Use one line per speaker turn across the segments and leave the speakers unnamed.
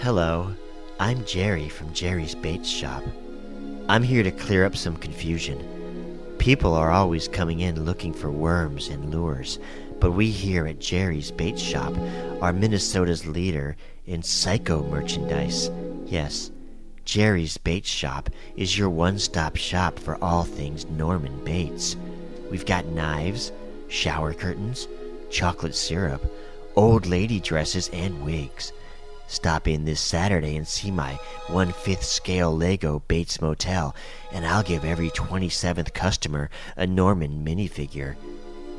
Hello, I'm Jerry from Jerry's Bait Shop. I'm here to clear up some confusion. People are always coming in looking for worms and lures, but we here at Jerry's Bait Shop are Minnesota's leader in psycho merchandise. Yes, Jerry's Bait Shop is your one stop shop for all things Norman Bates. We've got knives, shower curtains, chocolate syrup, old lady dresses, and wigs. Stop in this Saturday and see my one fifth scale Lego Bates Motel, and I'll give every 27th customer a Norman minifigure.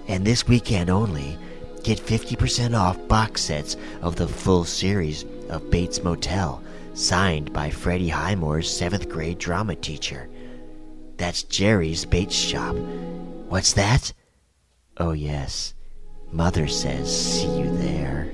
And this weekend only, get 50% off box sets of the full series of Bates Motel, signed by Freddie Highmore's seventh grade drama teacher. That's Jerry's Bates Shop. What's that? Oh, yes. Mother says, see you there.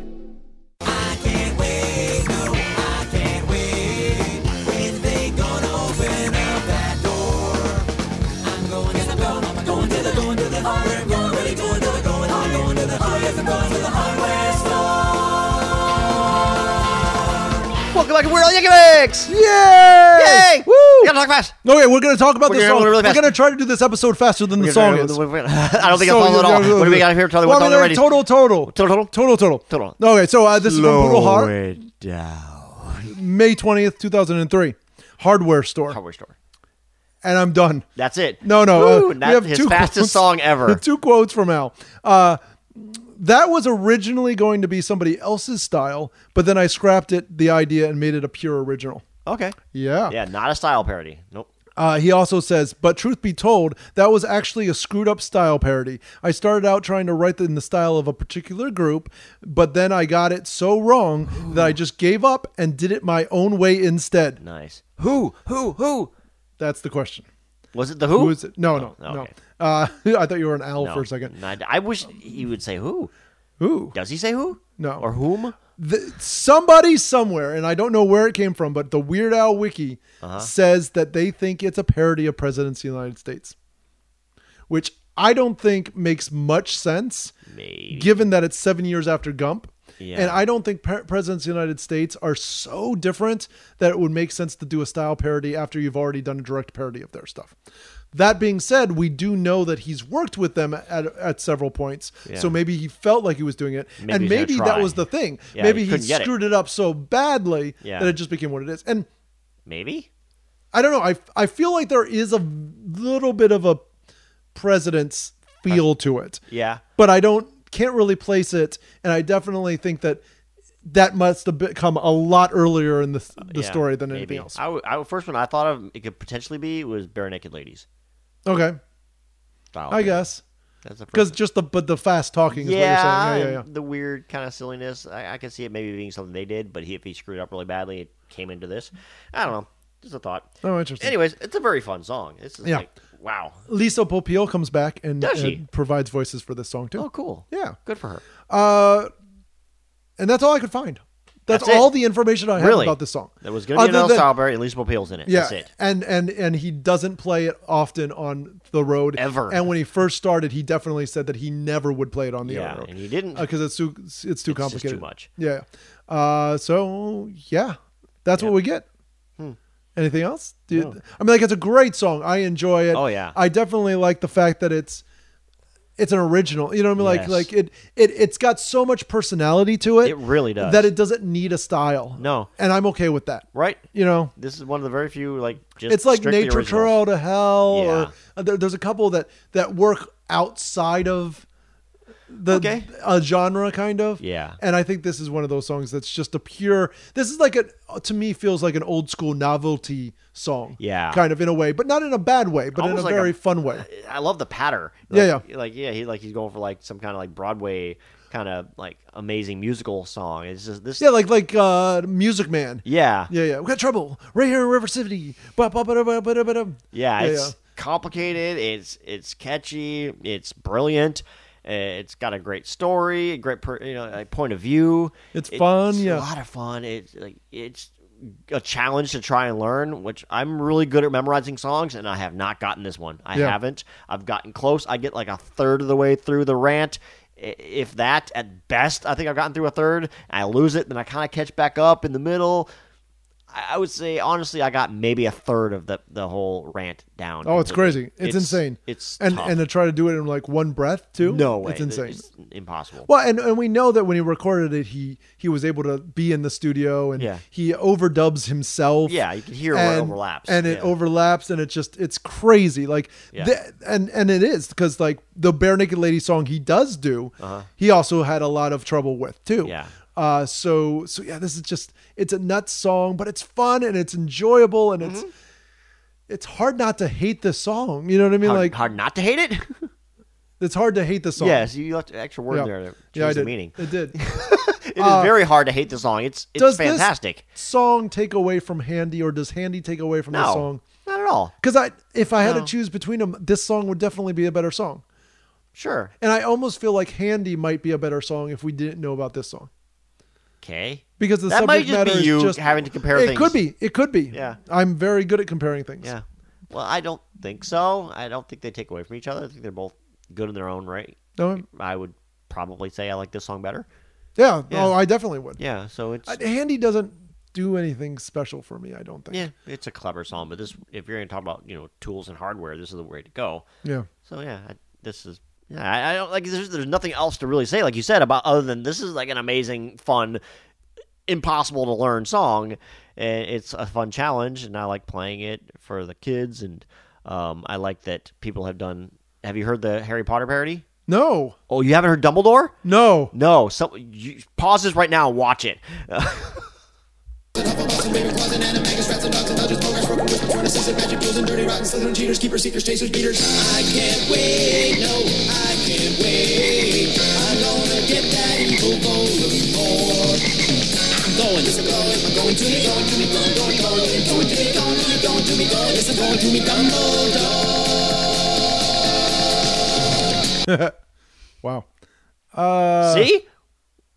Welcome back to Weird Al Yankovics!
Yay!
Yay!
Woo!
We gotta talk fast.
Okay, we're gonna talk about
We're
this
gonna-
song.
we're really
We're
fast.
gonna try to do this episode faster than the song is.
I don't think
So,
I followed it
yeah,
all.
yeah,
What do we
yeah.
got here? Totally,
Well,
what's on
I
the
mean,
radio?
Total, total,
Total, total.
total, total,
Total.
Okay, so uh, this is from Brutal
Slow
Heart,
it down.
May twentieth, two thousand and three, hardware store,
Hardware store.
and I'm done.
That's it.
No, no,
Woo,
uh,
that's his fastest
quotes-
song ever.
Two quotes from Al. Uh, that was originally going to be somebody else's style, but then I scrapped it, the idea, and made it a pure original.
Okay.
Yeah.
Yeah, not a style parody. Nope.
Uh, he also says, but truth be told, that was actually a screwed up style parody. I started out trying to write in the style of a particular group, but then I got it so wrong that I just gave up and did it my own way instead.
Nice.
Who? Who? Who?
That's the question.
Was it the Who?
Who is it? No, no,
Oh,
no.
okay.
Uh, I thought you were an owl
No.
for a second.
Not- I wish he would say who.
Who?
Does he say who?
No.
Or whom?
the, somebody somewhere, and I don't know where it came from, but the Weird Al Wiki
Uh-huh.
says that they think it's a parody of presidency of the United States, which I don't think makes much sense,
Maybe.
given that it's seven years after Gump.
Yeah.
And I don't think pre- presidents of the United States are so different that it would make sense to do a style parody after you've already done a direct parody of their stuff. That being said, we do know that he's worked with them at, at several points, so maybe he felt like he was doing it,
Maybe
and
he's gonna
maybe that
try.
was the thing.
Yeah,
maybe
he
he
couldn't get it.
screwed it up so badly
Yeah.
that it just became what it is. And
Maybe.
I don't know. I I feel like there is a little bit of a president's feel to it.
Yeah.
But I don't can't really place it, and I definitely think that that must have come a lot earlier in the the
Yeah,
story than
maybe.
anything else.
I, w- I- first one I thought of it could potentially be was bare naked ladies.
okay,
Style
I
parody.
guess
That's the first
because just the but the fast talking is
yeah,
what you're saying. Yeah, yeah,
and the weird kind of silliness. I, I can see it maybe being something they did, but he, if he screwed up really badly, it came into this. I don't know. Just a thought.
yeah. Oh, interesting.
Anyways, it's a very fun song. It's just
Yeah.
like, wow.
Lisa Popiel comes back and,
Does
and
she?
provides voices for this song too.
Oh, cool.
Yeah.
Good for her.
Uh, and that's all I could find. That's,
That's it.
all the information I have
Really?
about this song.
There was going to be an
Other
El
than-
Salvador and Lisa Peel's in it.
Yeah,
That's it.
and and and he doesn't play it often on the road
Ever.
And when he first started, he definitely said that he never would play it on the
Yeah,
road
and he didn't.
because it's too it's too
too
complicated.
much.
Yeah. Uh, so yeah, that's what we get.
Hmm.
Anything else? Dude, I mean, like it's a great song. I enjoy it.
Oh, yeah.
I definitely like the fact that it's it's an original. You know what I mean?
Yes.
Like like it it it's got so much personality to it.
It really does.
that it doesn't need a style.
No.
and I'm okay with that.
right?
You know,
This is one of the very few, like, just
it's like
strictly
nature
originals.
trail to hell
Yeah.
or uh, there, there's a couple that that work outside of the
Okay.
a genre kind of
Yeah.
and i think this is one of those songs that's just a pure this is like a to me feels like an old school novelty song
Yeah.
kind of in a way but not in a bad way but in a
Almost like
very
a- uh,
fun way
I love the patter.
Yeah,
Like- Like yeah, he like he's going for like some kind of like Broadway kind of like amazing musical song. It's just this.
yeah like like uh music man
Yeah.
yeah yeah we got trouble right here in river city Ba- ba- ba- ba- ba- ba- ba-
Yeah,
Yeah,
it's
yeah.
complicated. It's it's catchy. It's brilliant. uh, It's got a great story, a great per, you know like point of view.
It's fun,
a
yeah.
lot of fun. It's like it's a challenge to try and learn, which I'm really good at memorizing songs, and I have not gotten this one. I
Yeah.
haven't. I've gotten close. I get like a third of the way through the rant. i- If that, at best, I think I've gotten through a third. I lose it, then I kind of catch back up in the middle. I I would say honestly, I got maybe a third of the the whole rant down.
Oh, it's
completely.
crazy. It's, insane.
It's
and
tough.
and to try to do it in like one breath too.
no way.
It's insane.
It's impossible.
well, and, and we know that when he recorded it, he he was able to be in the studio and
Yeah.
he overdubs himself.
Yeah, you can hear where it
and,
overlaps.
and it
Yeah.
overlaps and it's just it's crazy like
Yeah.
the- and and it is because like the bare naked lady song he does do he also had a lot of trouble with too
Uh-huh. Yeah.
uh so so yeah this is just it's a nuts song but it's fun and it's enjoyable and
Mm-hmm.
it's it's hard not to hate the song you know what i mean
hard,
like
hard not to hate it.
it's hard to hate the song
yes, you left an extra word
Yeah.
there to change
yeah, I
the
did.
meaning.
It did.
It is very hard to hate the song. It's it's
does this-
fantastic.
song take away from Handy, or does Handy take away from the
no,
song?
not at all.
Because I, if I had
No.
to choose between them, this song would definitely be a better song.
Sure.
And I almost feel like Handy might be a better song if we didn't know about this song.
Okay.
Because the
That
subject
might just
matter
be
is
you
just
having to compare
It
things.
could be. It could be.
Yeah.
I'm very good at comparing things.
Yeah. Well, I don't think so. I don't think they take away from each other. I think they're both good in their own right.
No,
I would probably say I like this song better.
yeah.
Yeah.
Oh, I definitely would.
Yeah. So it's
I- Handy doesn't do anything special for me. I don't think.
yeah, it's a clever song. But this, if you're going to talk about you know tools and hardware, this is the way to go.
Yeah.
So yeah, I, this is. Yeah, I, I don't like. There's, there's nothing else to really say, like you said, about other than this is like an amazing, fun, impossible to learn song. And it's a fun challenge, and I like playing it for the kids. And um, I like that people have done. Have you heard the Harry Potter parody?
No.
Oh, you haven't heard Dumbledore?
No.
No. So you, pause this right now. and Watch it.
Wow. Uh,
See,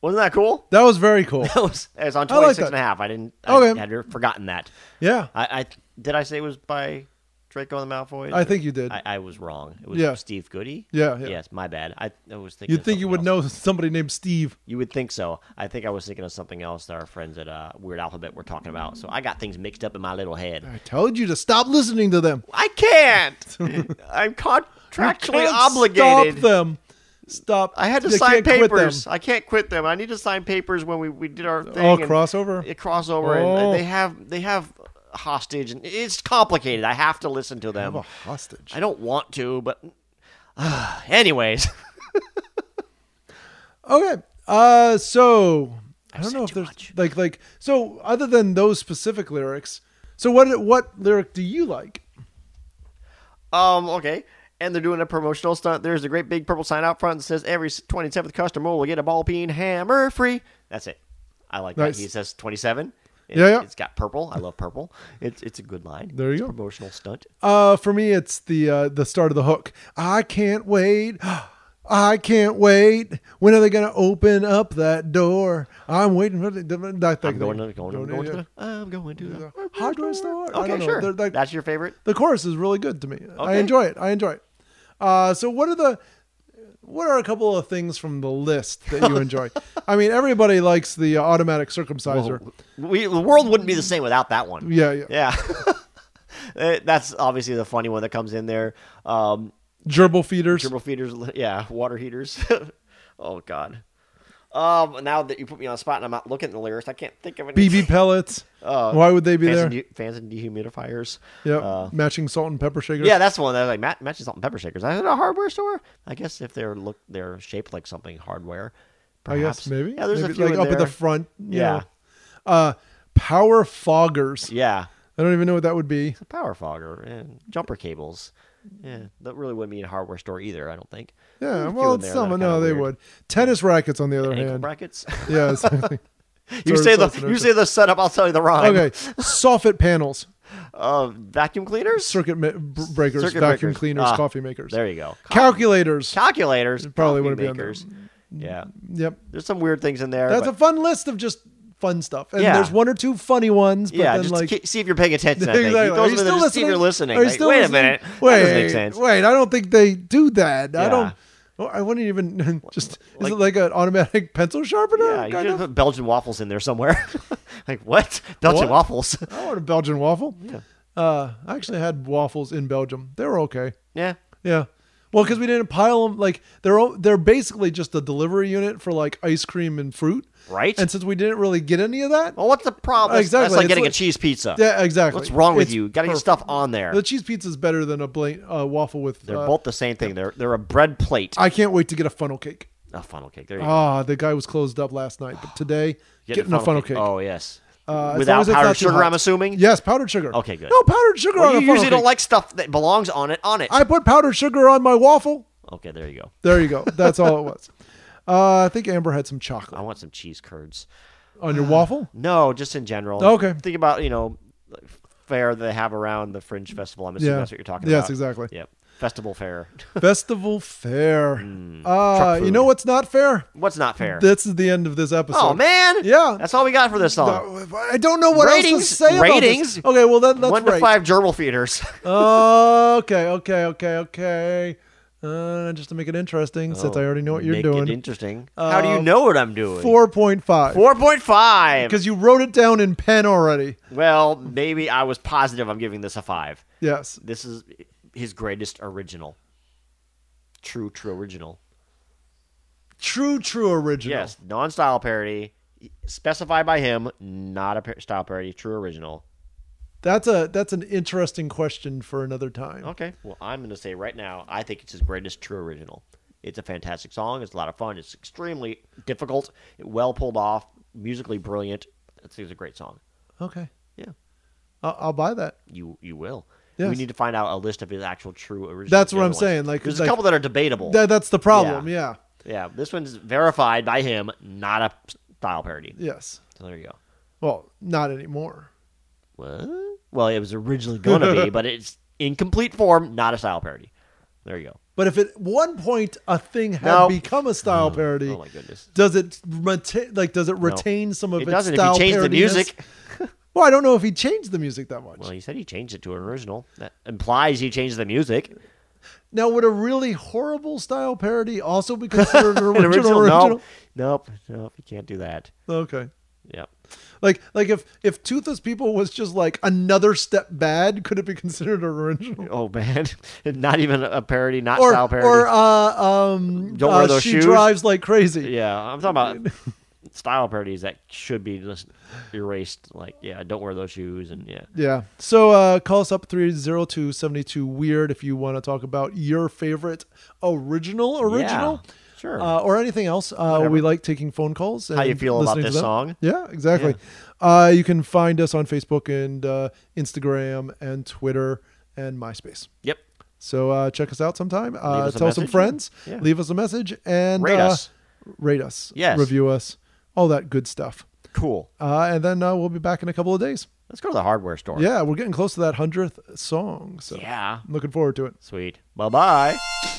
wasn't that cool?
that was very cool.
That was, it was on
I like
26
that.
and a half. I didn't. I
Okay.
had forgotten that.
yeah.
I, I did I say it was by Draco and the Malfoy?
I think you did.
I, I was wrong. It was
Yeah.
Steve Goody.
Yeah, yeah.
Yes, my bad. I, I was thinking.
You'd
of
think you
something
would
else.
know somebody named Steve.
You would think so. I think I was thinking of something else that our friends at uh, Weird Alphabet were talking about. So I got things mixed up in my little head.
I told you to stop listening to them.
I can't. I'm contractually
Can't
obligated.
Stop them. Stop.
I had to
You
sign
can't quit them.
papers. I can't quit them. I need to sign papers when we, we did our thing.
Oh,
and-
crossover?
Yeah, crossover.
Oh.
And they have they have hostage, and it's complicated. I have to listen to them.
I'm a hostage.
I don't want to, but anyways,
Okay. Uh, so I don't
said
know if
too
there's
much.
like like so other than those specific lyrics. So what what lyric do you like?
um, okay. And they're doing a promotional stunt. There's a great big purple sign out front that says every 27th customer will get a ball peen hammer free. That's it. I like
Nice.
that. He says 27. It-
Yeah, yeah.
It's got purple. I love purple. It's it's a good line.
There you
It's a
go.
Promotional stunt.
Uh, for me, it's the uh, the start of the hook. I can't wait. I can't wait. When are they gonna open up that door? I'm waiting for the. I think
I'm
they-
going to going, I'm going to the I'm going to the
hardware store. I
Okay,
don't know.
sure.
They're like-
That's your favorite.
the chorus is really good to me. I
Okay.
enjoy it. I enjoy it. Uh, so what are the what are a couple of things from the list that you enjoy? I mean, everybody likes the uh, automatic circumciser.
We the world wouldn't be the same without that one.
Yeah, yeah,
Yeah. Eh, That's obviously the funny one that comes in there. Um,
Gerbil feeders.
turbo feeders, yeah, water heaters. oh God. Um, now that you put me on the spot and I'm not looking at the lyrics, I can't think of any.
BB pellets. Why would they be
fans,
there?
And de- fans and dehumidifiers.
yeah,
Uh,
matching salt and pepper shakers.
yeah, that's the one that like mat- matches salt and pepper shakers. I at a hardware store. I guess if they're look, they're shaped like something hardware.
I guess
perhaps.
maybe.
Yeah, there's
Maybe,
a few
like
in
up at the
there.
front. you
Yeah.
know. Uh, power foggers.
Yeah,
I don't even know what that would be.
the power fogger and jumper cables. Yeah, that really wouldn't be in a hardware store either. I don't think. There's
Yeah,
a few
well,
in there
it's
that are
some.
kinda
No, they
weird.
would. Tennis rackets, on the other
Ankle
hand.
brackets.
Yeah. exactly.
you
Sorry,
say the
sorry, sorry.
you say the setup. I'll tell you the rhyme.
Okay, soffit panels,
Uh, vacuum cleaners.
circuit ma- b- breakers,
Circuit
vacuum
breakers.
cleaners,
Ah,
coffee makers,
There you go.
calculators.
Calculators.
probably
coffee
wouldn't be on there.
makers. Yeah,
yep,
there's some weird things in there.
Mm. that's
but-
a fun list of just fun stuff. And
Yeah.
there's one or two funny ones, but
yeah,
then
just
like.
ki- see if you're paying attention. I think.
Exactly.
You throw
Are you
them in there
still
just see
listening?
if you're listening.
Are you
Like,
still
wait
listening?
a minute.
Wait,
that doesn't make sense.
wait. I don't think they do that. I
Yeah.
don't. Well, I wouldn't even. Just is
Like-
it like an automatic pencil sharpener?
Yeah, you
kind
should
of?
put Belgian waffles in there somewhere. like what? Belgian
What?
waffles.
I ordered a Belgian waffle.
Yeah.
Uh, I actually had waffles in Belgium. They were okay.
yeah.
Yeah. Well, because we didn't pile them. Like they're o- they're basically just a delivery unit for like ice cream and fruit.
Right?
And since we didn't really get any of that,
Well, what's the problem?
Exactly.
That's like
It's
getting
like-
a cheese pizza.
yeah, exactly.
What's wrong with
It's
you? Got to get
perfect.
stuff on there.
The cheese pizza is better than a blank uh, waffle with.
They're
uh,
both the same thing. They're they're a bread plate.
I can't wait to get a funnel cake.
a funnel cake. There you go.
Ah, the guy was closed up last night, but today
Getting
getting a funnel cake.
Oh yes.
Uh, as long
Without
as it's not
powdered
too
sugar,
hot.
I'm assuming.
Yes, powdered sugar.
Okay, good.
No powdered sugar
Well,
on
you
a funnel
usually don't
cake.
like stuff that belongs on it. On it.
I put powdered sugar on my waffle.
okay, there you go.
There you go. That's all it was. Uh, I think Amber had some
I
chocolate
want some cheese curds.
on your waffle.
No, just in general.
Okay.
Think about you know fair they have around the Fringe Festival. I'm assuming
Yeah.
that's what you're talking
Yes,
about.
exactly.
Yep. Festival fair.
Festival fair. Uh,
Hmm. truck
you know
food.
what's not fair?
What's not fair?
This is the end of this episode.
oh man.
Yeah.
That's all we got for this song.
Uh, I don't know what else to
Ratings-
say. about
ratings?
this. Okay, well then let's
One to
rate.
five gerbil feeders.
Oh, okay, okay, okay, okay. Uh, just to make it interesting, since I already know what you're
Oh, Make
doing.
It interesting. How do you
Uh,
know what I'm doing?
Four point five.
Four point five.
Because you wrote it down in pen already.
Well, maybe I was positive I'm giving this a five.
Yes.
This is his greatest original. True, true original.
True, true original.
Yes, non style parody, specified by him, not a par- style parody, true original.
That's a that's an interesting question for another time.
Okay, well, I'm going to say right now, I think it's his greatest true original. It's a fantastic song. It's a lot of fun. It's extremely difficult, well pulled off, musically brilliant. I think it's a great song.
Okay.
Oh. Yeah.
I'll, I'll buy that.
You you will. We
Yes.
need to find out a list of his actual true originals.
That's
the
what
other
I'm
ones.
saying, like-
there's
like-
a couple that are debatable.
That that's the problem. Yeah.
Yeah, this one's verified by him, not a style parody.
Yes.
So there you go.
Well, not anymore.
What? Well, it was originally going to be, but it's in complete form, not a style parody. There you go.
But if at one point a thing had
No.
become a style parody,
Oh my goodness.
does it reta- like does it retain some of
It
its
doesn't if
style
you change the
parody-ness?
music.
Well, I don't know if he changed the music that much.
Well, he said he changed it to an original. That implies he changed the music.
now, would a really horrible style parody also be considered an
An original?
original? original?
No. Nope. Nope. You can't do that.
Okay.
Yep.
Like like if if Toothless People was just like another step bad, could it be considered an original?
Oh man. not even a parody, not
Or
style parody.
or uh, um,
Don't wear
uh,
those
she
shoes?
drives like crazy.
Yeah, I'm talking about style parodies that should be just erased. Like, yeah, don't wear those shoes, and yeah,
Yeah. So uh, call us up 302-72-WEIRD if you want to talk about your favorite original original
Yeah, sure.
uh, or anything else. Uh, we like taking phone calls. And
How you feel about
listening to
this
them.
song?
Yeah, exactly. Uh, you can find us on Facebook and uh, Instagram and Twitter and MySpace.
yep.
So uh, check us out sometime. Uh,
us a
tell some
message.
friends.
Yeah.
Leave us a message and
Rate
uh,
us.
Rate us.
Yes.
Review us. All that good stuff.
Cool.
Uh, and then uh, we'll be back in a couple of days.
Let's go to the hardware store.
Yeah, we're getting close to that hundredth song. So
Yeah.
I'm looking forward to it.
Sweet. Bye bye.